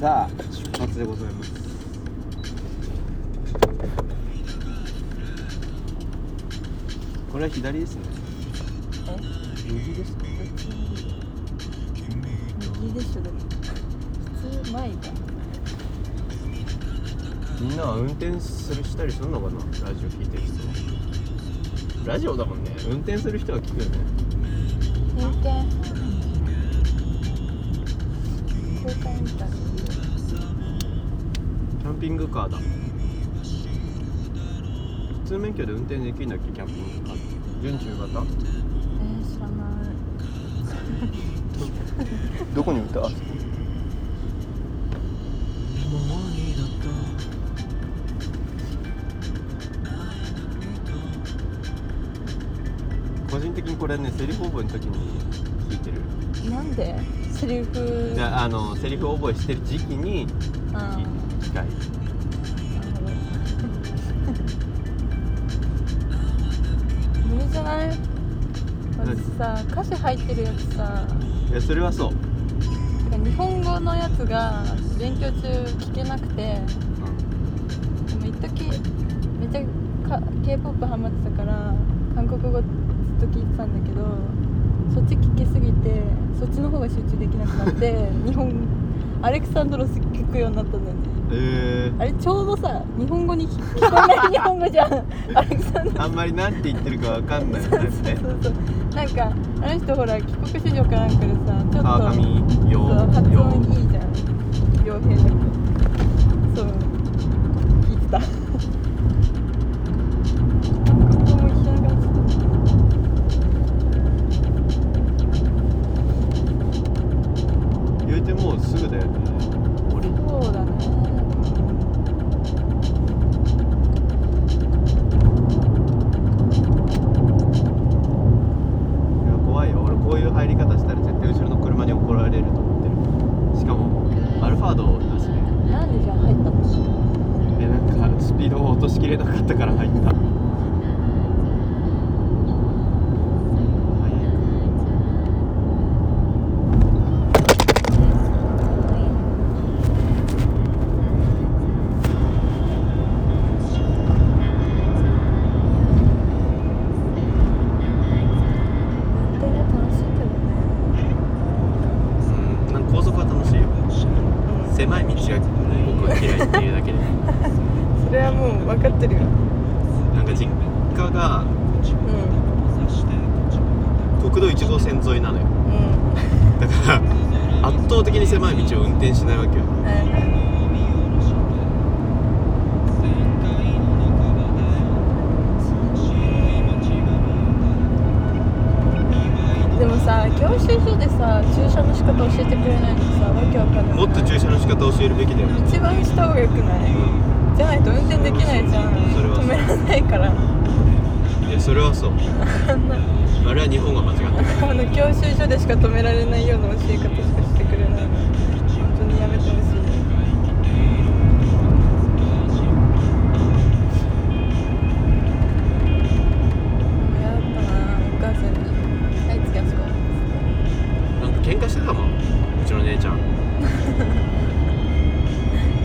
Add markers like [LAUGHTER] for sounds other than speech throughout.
さあ出発でございますこれは左ですね右ですか右でしょでも普通前かみんなは運転するしたりするのかなラジオ聞いてる人はラジオだもんね運転する人は聞くよね運転公開みたいキャンピングカーだ普通免許で運転できるんだっけキャンピングカーって準中型えー、知らないどこに歌個人的にこれねセリフ覚えの時に聞いてるなんでセリフじゃああのセリフ覚えしてる時期にうんなる聞きたいほど無理じゃない私さ歌詞入ってるやつさいやそれはそう、てか日本語のやつが勉強中聞けなくてでうも一時めっちゃ k p o p ハマってたから韓国語ずっと聞いてたんだけどそっち聞きすぎてそっちの方が集中できなくなって日本アレクサンドロス聞くようになったんだよねん、えあれちょうどさ日本語に聞聞こえない日本語じゃんアレクサンドロー、あんまりなんて言ってるかわかんないタイプスね [LAUGHS] そうそうなんかあの人ほら帰国子女かなんかでさちょっと川上そう洋発洋音いいじゃん両辺だけそう聞いてたなんかここも一緒な感じ言うてもうすぐだよね降りそうだねいや怖いよ俺こういう入り方したら絶対後ろの車に怒られると思ってるしかもアルファードだしねなんでじゃあ入ったのでなんかスピードを落としきれなかったから入った運転が楽しいけどねうんなんか高速は楽しいよ狭い道が僕は嫌いっていうだ [LAUGHS] けでそれはもう分かってるよなんか実家がうん国道1号線沿いなのようんだから圧倒的に狭い道を運転しないわけよでもさ教習所でさ駐車の仕方教えてくれないのさわけわかんないもっと駐車の仕方を教えるべきだよ一番した方がよくないじゃないと運転できないじゃんそれは止そうめられないからいやそれはそう [LAUGHS] あんなあれは日本が間違ってるあの教習所でしか止められないような教え方しかしてくれない本当にやめてほしい嫌だったなお母さんに「はい次あそこ」なんか喧嘩してたもんうちの姉ちゃん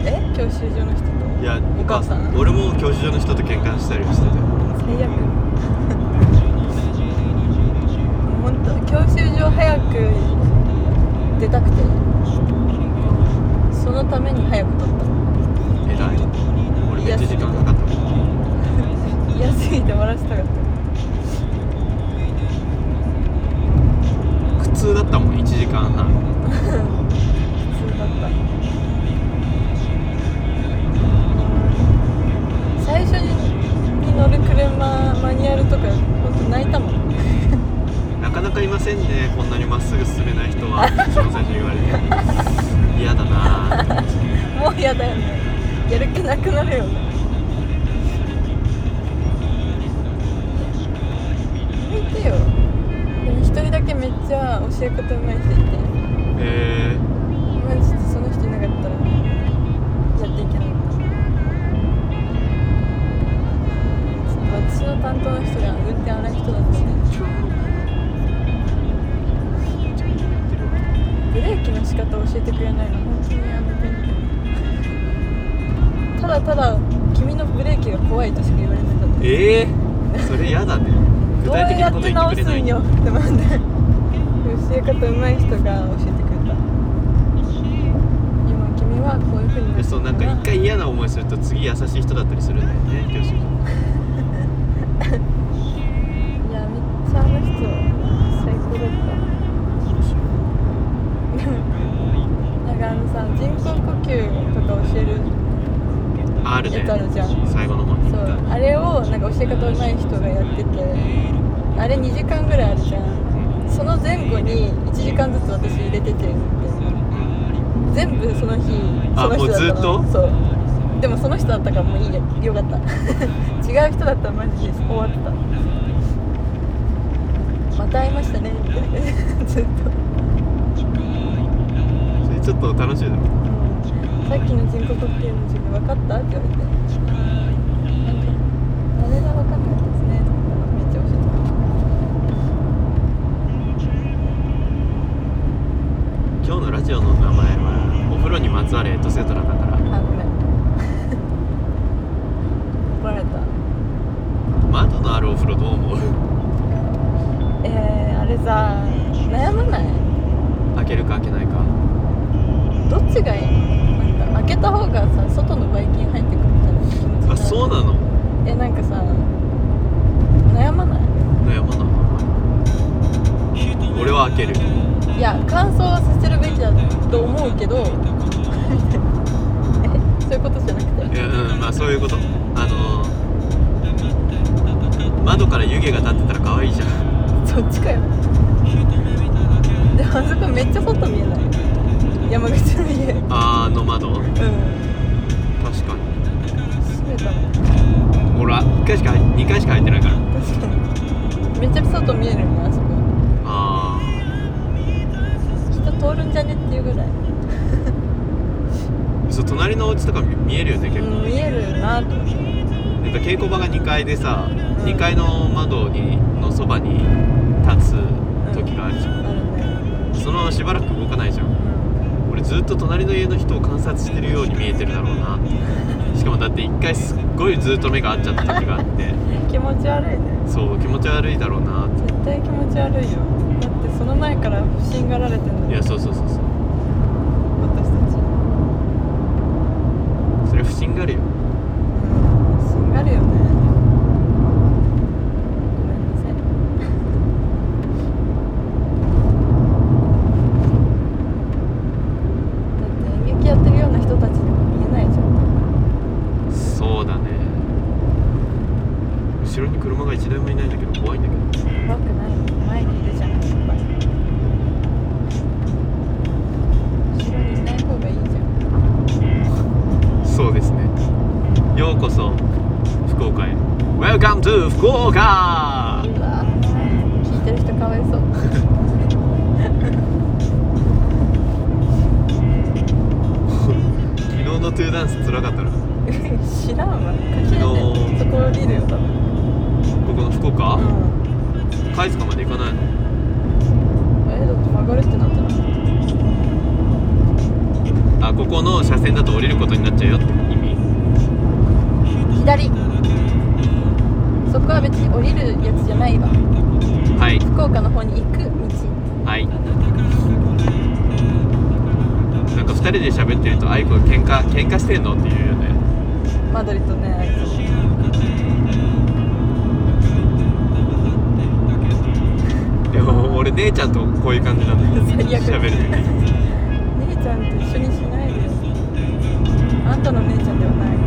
え教習所の人といやお母さん俺も教授所の人と喧嘩したりしてて最悪もう本当教習所早く出たくてそのために早く取った偉い俺めっちゃ時間かかったもん嫌すぎて終わらせたかった苦痛だったもん1時間半普通だった最初に乗る車マニュアルとか本当泣いたもんなかなかいませんねこんなにまっすぐ進めない人 [LAUGHS] は一番最初に言われて嫌だなぁもう嫌だよねやる気なくなるよねやめてよでも一人だけめっちゃ教え方うまい人いてえー、今ちょっとその人いなかったらやっていけなかったちょっと私の担当の人が運転荒い人だったしねブレーキの仕仕方教えてくれないの本当にやめてみたいただただ君のブレーキが怖いとしか言われなかったええー、それ嫌だね具どう体的やなっことて言っ直てすくれんないよって思って教え方上手い人が教えてくれた今君はこういうふうになってでるそうなんか一回嫌な思いすると次優しい人だったりするんだよね教師いやめっちゃあの人最高だっがたなんかあのさ人工呼吸とか教える R でやつあるじゃん最後の方にそうあれをなんか教え方上手い人がやっててあれ2時間ぐらいあるじゃんうんその前後に1時間ずつ私入れててみたいな全部その日あその人だったもうずっとのそうでもその人だったからもういいやよかった [LAUGHS] 違う人だったらマジで終わってたまた会いましたねみたいなずっとうんそれちょっと楽しいだろさっきの人工呼吸の授業分かったって言われてなんかあれが分かんなかったですねとかめっちゃ教えて今くれた日のラジオの名前はお風呂にまつわるエトセトラだからあごめんバレた窓のあるお風呂どう [LAUGHS] 思うえー、あれさ悩まない開けるか開けないかどっちがいいのなんか開けた方がさ外のばい菌入ってくるみたいな気持ちになるあそうなのえなんかさ悩まない悩まない俺は開けるいや乾燥はさせるべきだと思うけど [LAUGHS] えそういうことじゃなくていやうんまあそういうことあのー窓から湯気が立ってたら可愛いじゃんそっちかよでもあそこめっちゃ外見えない山口の家うんあの窓確かに閉めたの俺は1回しか入2回しか入ってないから確かにめっちゃ外見えるよねあそこあ人通るんじゃねっていうぐらいあそう隣のお家とか見見えるよね結構、うん見えるなと思ってなんか稽古場が2階でさ、2階の窓にのそばに立つ時があるじゃん、あるねそのまましばらく動かないじゃんうん俺ずっと隣の家の人を観察してるように見えてるだろうなしかもだって1回すっごいずっと目が合っちゃった時があって気持ち悪いねそう気持ち悪いだろうなって絶対気持ち悪いよだってその前から不審がられてんいだよやそうそうそうそう私たちうんそれ不審があるよ不審がるよねごめんなさいだって演劇やってるような人たちにも見えないじゃんそうだね後ろに車が1台もいないんだけど怖いんだけど怖くないよ前にいるじゃんいっぱい後ろにいない方がいいじゃんそうですねようこそ福岡へ Welcome to 福岡うわ聞いてる人かわいそう [LAUGHS] 昨日のトゥーダンスつらかったなこ知らんわ書き出てそこ降りるよ多分この福う岡ん貝塚まで行かないのえだって曲がるってなったらあここの車線だと降りることになっちゃうよって意味左そこは別に降りるやつじゃないわはい福岡の方に行く道はいなんか2人で喋ってるとあいこ喧嘩喧嘩してんのって言うよねマドリとねあいつでも俺姉ちゃんとこういう感じなんだよ最悪喋る時姉ちゃんと一緒にしないでよあんたの姉ちゃんではない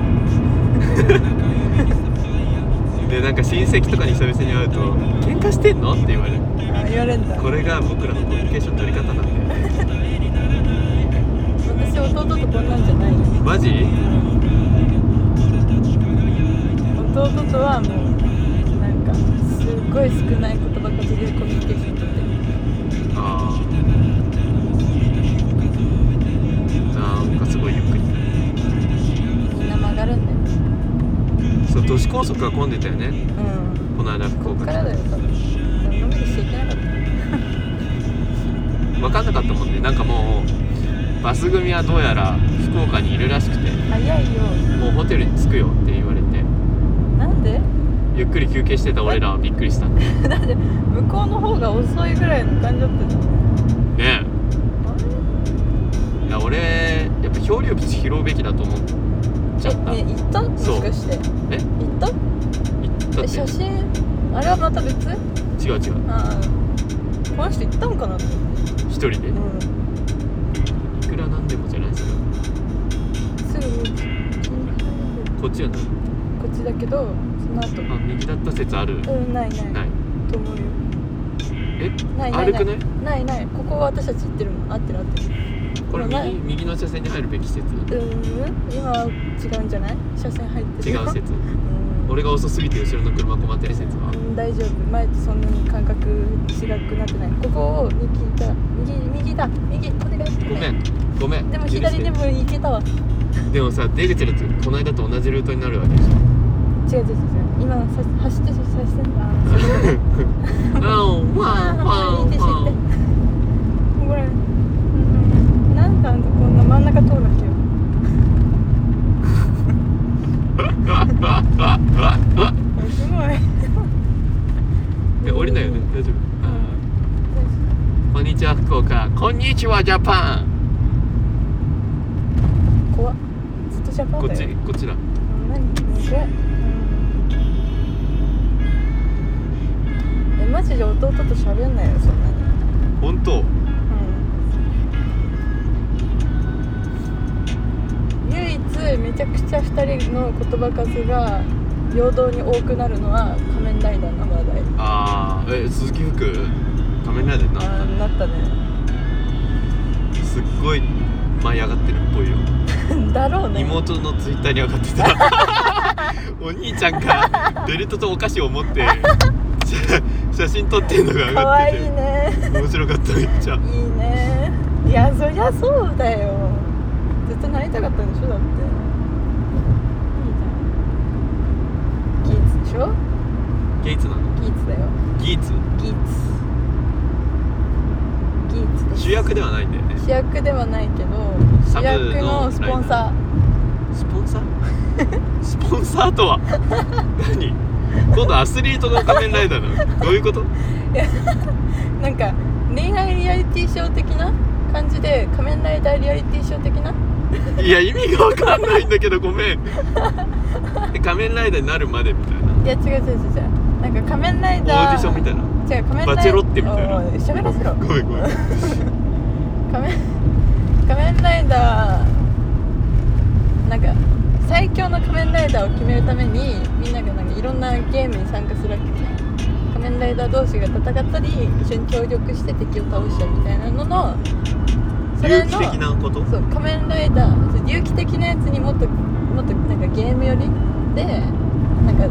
でなんか親戚とかに久々に会うと「喧嘩してんの?」って言われるあ言われんだこれが僕らのコミュニケーション取り方なんだよね私弟とこんなんじゃないよマジ弟とはもうなんかすっごい少ない言葉数でコミュニケーション取ってるああなんかすごいゆっくりみんな曲がるんだよねそう都市高速が混んでたよねうんこの間福こっ岡からだよ多分のんびりしていけなかった分かんなかったもんねなんかもうバス組はどうやら福岡にいるらしくて早いよもうホテルに着くよって言われてなんでゆっくり休憩してた俺らはびっくりしたんだよだって向こうの方が遅いぐらいの感じだったじゃんねあれえいや俺やっぱ漂流物拾うべきだと思っちゃったえ行ね行ったもそうしかしてえ行ったったっえて写真あれはまた別違う違うああこの人行ったんかなって一人でいうんくらなんでもじゃないですかすぐにこっちはなこっちだけどその後あ右だった説あるうんなないないいと思うよえないない歩なくいねないないここは私たち行ってるもん合ってる合ってこれない右右の車線に入るべき説るうーん今は違うんじゃない車線入って違るよう説うん俺が遅すぎて後ろの車困ってる説はうん大丈夫前とそんなに感覚違くなってないここを右行った右右だ右お願いごめんごめんでも許して左でも行けたわでもさ出口だとこの間と同じルートになるわけ [LAUGHS] でしょ違う違う違う違う今さ走ってる車線だあんわんわんあーいいですわんこれ、うん、なんであんたこんな真ん中通るわけよすごい。え降りないよね。大丈夫あーこんにちは福岡こんにちはジャパン怖っ。ずっとジャパンだこよ。っちこっちだうん何？もう怖っうんえマジで弟と喋んないよそんなに。本当うん唯一めちゃくちゃ二人の言葉数が平等に多くなるのは仮面ライダーの話題。あーえ鈴木福仮面ライダーになったあーなったね。すっごい舞い上がってるっぽいよ [LAUGHS] だろうね。妹のツイッターに上がってた [LAUGHS] お兄ちゃんがベルトとお菓子を持って写写真撮ってるのが上かがわっていいてね。面白かっためっちゃいいねいやそりゃそうだよずっとなりたかったんでしょだっていいじゃんギーゲイツでしょツなのギーツだよギーツギーツギーツです主役ではないんだよね主役ではないけどサ主ブの役のスポンサスポンサー [LAUGHS] スポンサーとは何今度アスリートの仮面ライダーなのどういうことーなんか恋愛リアリティショー的な感じで仮面ライダーリアリティショー的ないや意味がわかんないんだけどごめ [LAUGHS] んで仮面ライダーになるまでみたいないや違う違う違う違うなんか仮面ライオーデダーィションみたいな違う仮面ライダーバチェロッテみたいなおお喋ら [LAUGHS] せごろめんごめん仮面仮面ライダーなんか最強の仮面ライダーを決めるためにみんながなんかいろんなゲームに参加するわけじゃん仮面ライダー同士が戦ったり一緒に協力して敵を倒したりみたいなののそれ有の機的なことそう仮面ライダーそう隆起的なやつにもっともっとなんかゲーム寄りでなんか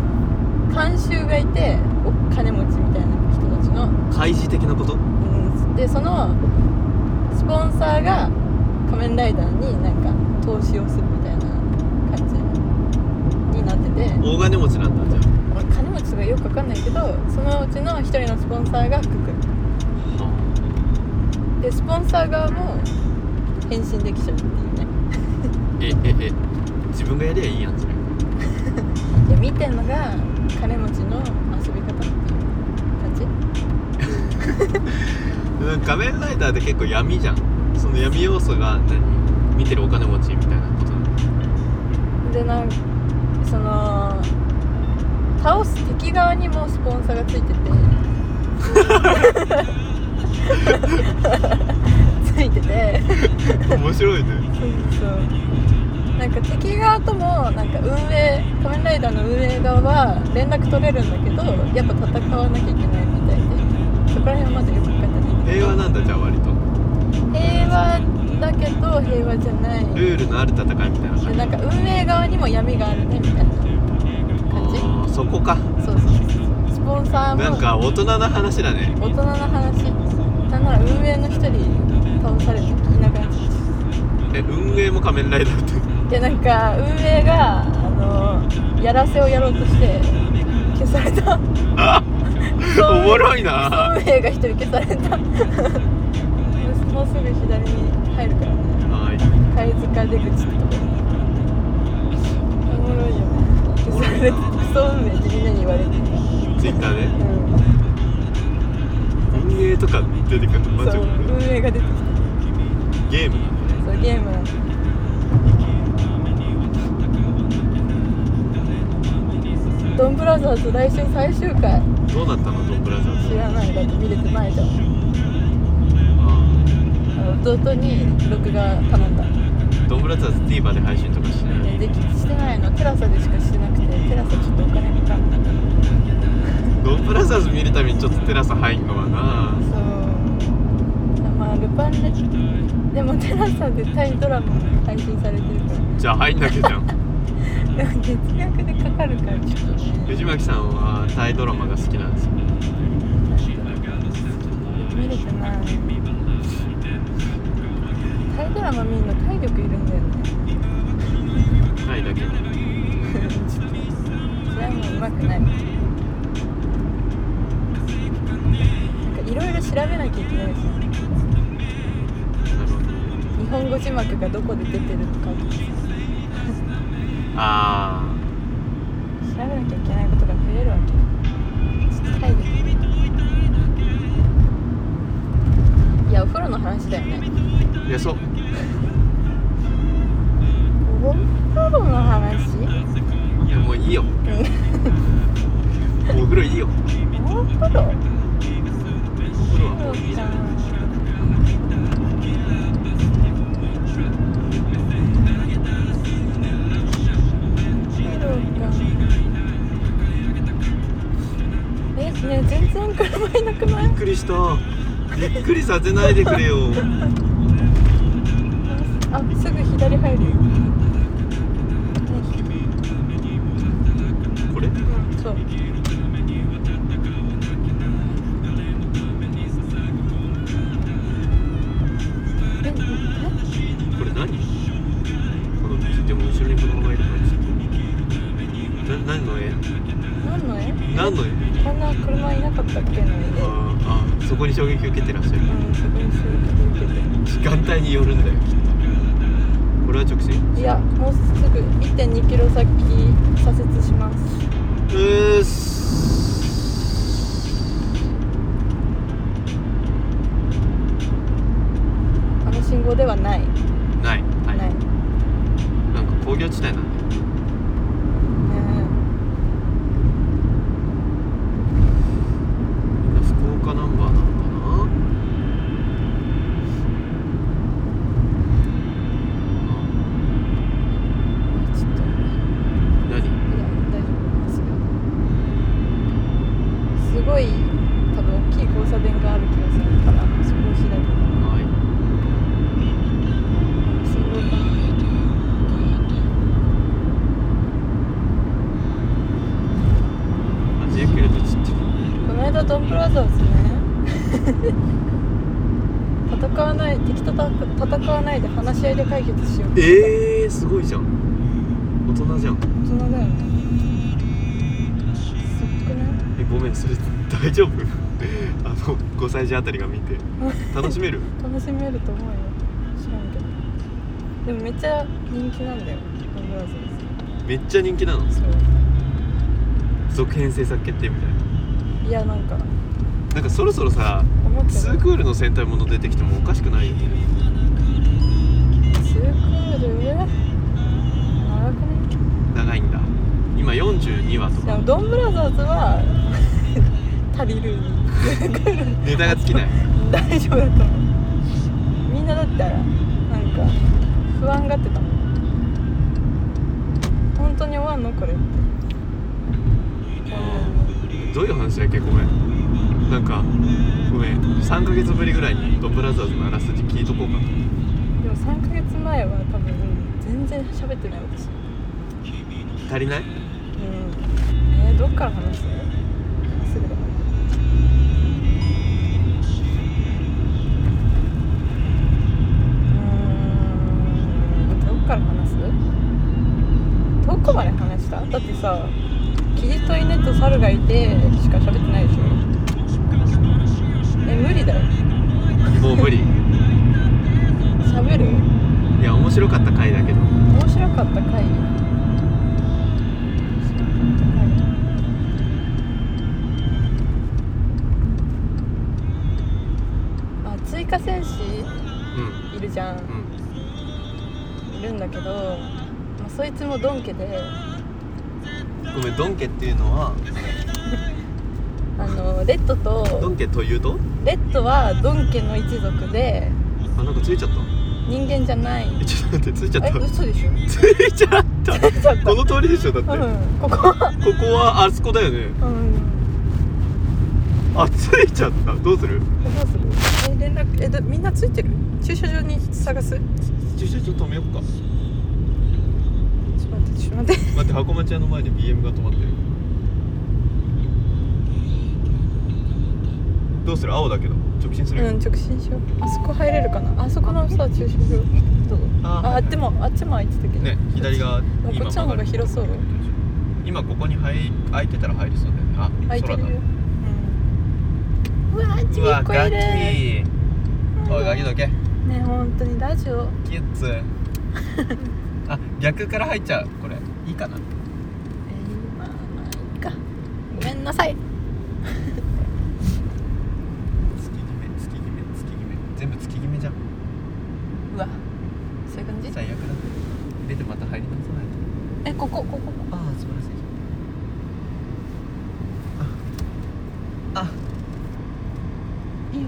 監修がいてお金持ちみたいな人たちの開示的なことうんでそのスポンサーが仮面ライダーになんか投資をするみたいな感じになってて大金持ちなんだじゃ俺金持ちとかよくわかんないけどそのうちの一人のスポンサーが福君あでスポンサー側も変身できちゃうっていうねえええ自分がやりゃいいやんじゃないで見てんのが金持ちの遊び方っていう感じうん仮面ライダーって結構闇じゃんその闇要素が何見てるお金持ちみたいなことなのでなんその倒す敵側にもスポンサーがついててついてて [LAUGHS] 面白いねそうなんか敵側ともなんか運営仮面ライダーの運営側は連絡取れるんだけどやっぱ戦わなきゃいけないみたいでそこら辺はまだよく分かってない平和なんだじゃあ割と平和だけど平和じゃないルールのある戦いみたいな感じでなんか運営側にも闇があるねみたいな感じあーそこかそうそうそうスポンサーもなんか大人な話だね大人の話なんなら運営の一人倒されていなくなっちゃっえ運営も仮面ライダーってたでなんか運営があのやらせをやろうとして消されたあおもろいな運営が一人消されたもうすぐ左に入るからねあ貝塚出口とかおもろいよねでそれでクソ運命ってみんなに言われてるツイッターでう運営とか出てくるのんマそジう運営が出てきたゲームなのそうゲームなんだドンブラザーズ来週最終回どうなったのドンブラザーズ知らないだって見れてないじゃんああの弟に録画頼んだ、ね、あドンブラザーズ TVer で配信とかしないできしてないのテラサでしかしてなくてテラサちょっとお金かかんなドンブラザーズ見るたびにちょっとテラサ入んのはなそうまあルパンレでもテラサでタイドラマも配信されてるかじゃあ入んなきゃじゃんらでも月額でかかるからちょっとね藤巻さんはタイドラマが好きなんですよ見れてないタイドラマ見るの体力いるんだよねないだけにそれはもううまくないなんかいろいろ調べなきゃいけないしなるほど日本語字幕がどこで出てるのかとかさあ調べなきゃいけないことが増えるわけちょっと体力いやお風呂の話だよねあいやそうお風呂の話いやもういいよお風呂いいよお風呂お風呂はもそうういいじかゃんえね全然車いなくないびっくりしたびっくりさせないでくれよあすぐ左入るよ、ね、これそうこれ何このええでも後ろに子供がいるからちょっとな何の絵何の絵何の絵こんな車いなかったっけの絵であーあそこに衝撃受けてらっしゃるうんすごい衝撃時受け間帯によるんだよきっとこれは直線ていやもうすぐ1 2キロ先左折しますうっすあの信号ではない、ないはいないねなんか工業地帯なんだよみんな福岡ナンバーなのかなあ何えちょっといや大丈夫ですよすごい多分大きい交差点がある気がするからそこを左にはい信号かあ19キロでちっちゃいこの間ドンブラザーズね [LAUGHS] 戦わない敵とた戦わないで話し合いで解決しようえー、すごいじゃん大人じゃん大人だよねすごくないえごめんそれ大丈夫 [LAUGHS] あの5歳児あたりが見て楽しめる楽しめると思うよ知らんけどでもめっちゃ人気なんだよドンブラザーめっちゃ人気なのズ続編制作決定みたいないやなんかなんかそろそろさ思ってツたークールの戦隊もの出てきてもおかしくないよねツークール長くね長いんだ今42話とでかもドンブラザーズは足りるネタが尽きない大丈夫だと思うみんなだったらなんか不安がってたもん本当に終わんのこれってどういう話だっけごめんなんかごめん3ヶ月ぶりぐらいにドンブラザーズのあらすじ聞いとこうかでも3ヶ月前は多分全然喋ってない私足りないうんえー、どっから話すすぐだうーんどっから話すどこまで話しただってさキリと犬と猿がいてしか喋ってないでしょえ無理だよもう無理い喋るや面白かった回だけど面白かった回あ追加戦士うんいるじゃんうんいるんだけど、まあ、そいつもドン家でごめんドン家っていうのはあのレッドドとン家というとレッドはドン家の一族であなんかついちゃった人間じゃないえちょっと待ってついちゃっえた嘘でしょ [LAUGHS] ついちゃったちょっこの通りでしょだって、うこんこここはあそこだよねうんあついちゃったどうするどうするえ連絡えだみんなついてる駐車場に探すちょっ駐車場止めよっかと待ってちょっと待って待って箱町屋の前で BM が止まってるどうする青だけど直進する、うん直進しようあそこ入れるかなあそこのさ駐車場どうああでもあっちも空いてたけどね左側もうこ今っち曲の方ががる広そう今ここに入空いてたら入りそうだよねあ空いて空るだようんうわちうびっわこいガるキおいガキどけね本当にラジオキッズ [LAUGHS] あ逆から入っちゃうこれいいかなえーまあまあいいかごめんなさい月決め月決め月決め全部月決めじゃんうわそういう感じ最悪だ出てまた入り直さないとえここここああ素晴らしいああいいよ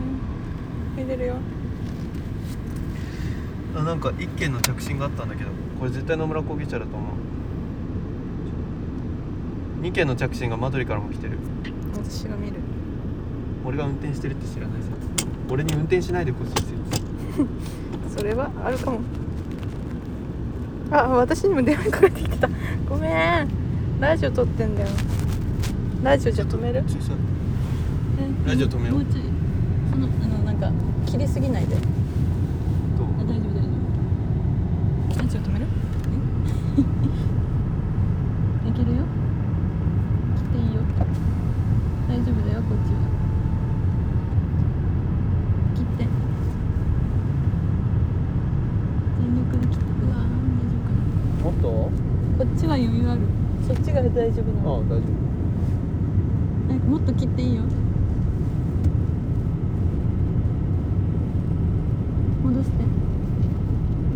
見れるよあなんか一件の着信があったんだけどこれ絶対野村工芸者だと思う2件の着信がマドリからも来てる私が見る俺が運転してるって知らない説俺に運転しないでほしい説それはあるかもあ私にも電話かかってきてた [LAUGHS] ごめんラジオ撮ってんだよラジオじゃ止める駐車ラジオ止めようもうちょいそのあのなんか切りすぎないでどう大丈夫大丈夫ラジオ止める [LAUGHS] いけるよ来ていいよ大丈夫だよこっちは切って全力で切ってうわーもっ大丈夫かなとこっちは余裕あるそっちが大丈夫なの大丈夫なんかもっと切っていいよ戻してどう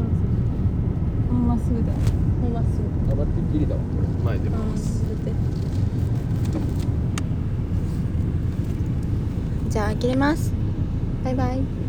するもうまっすぐだよもうまっすぐ上がってきりだわこれ前出ますじゃあ切れますバイバイ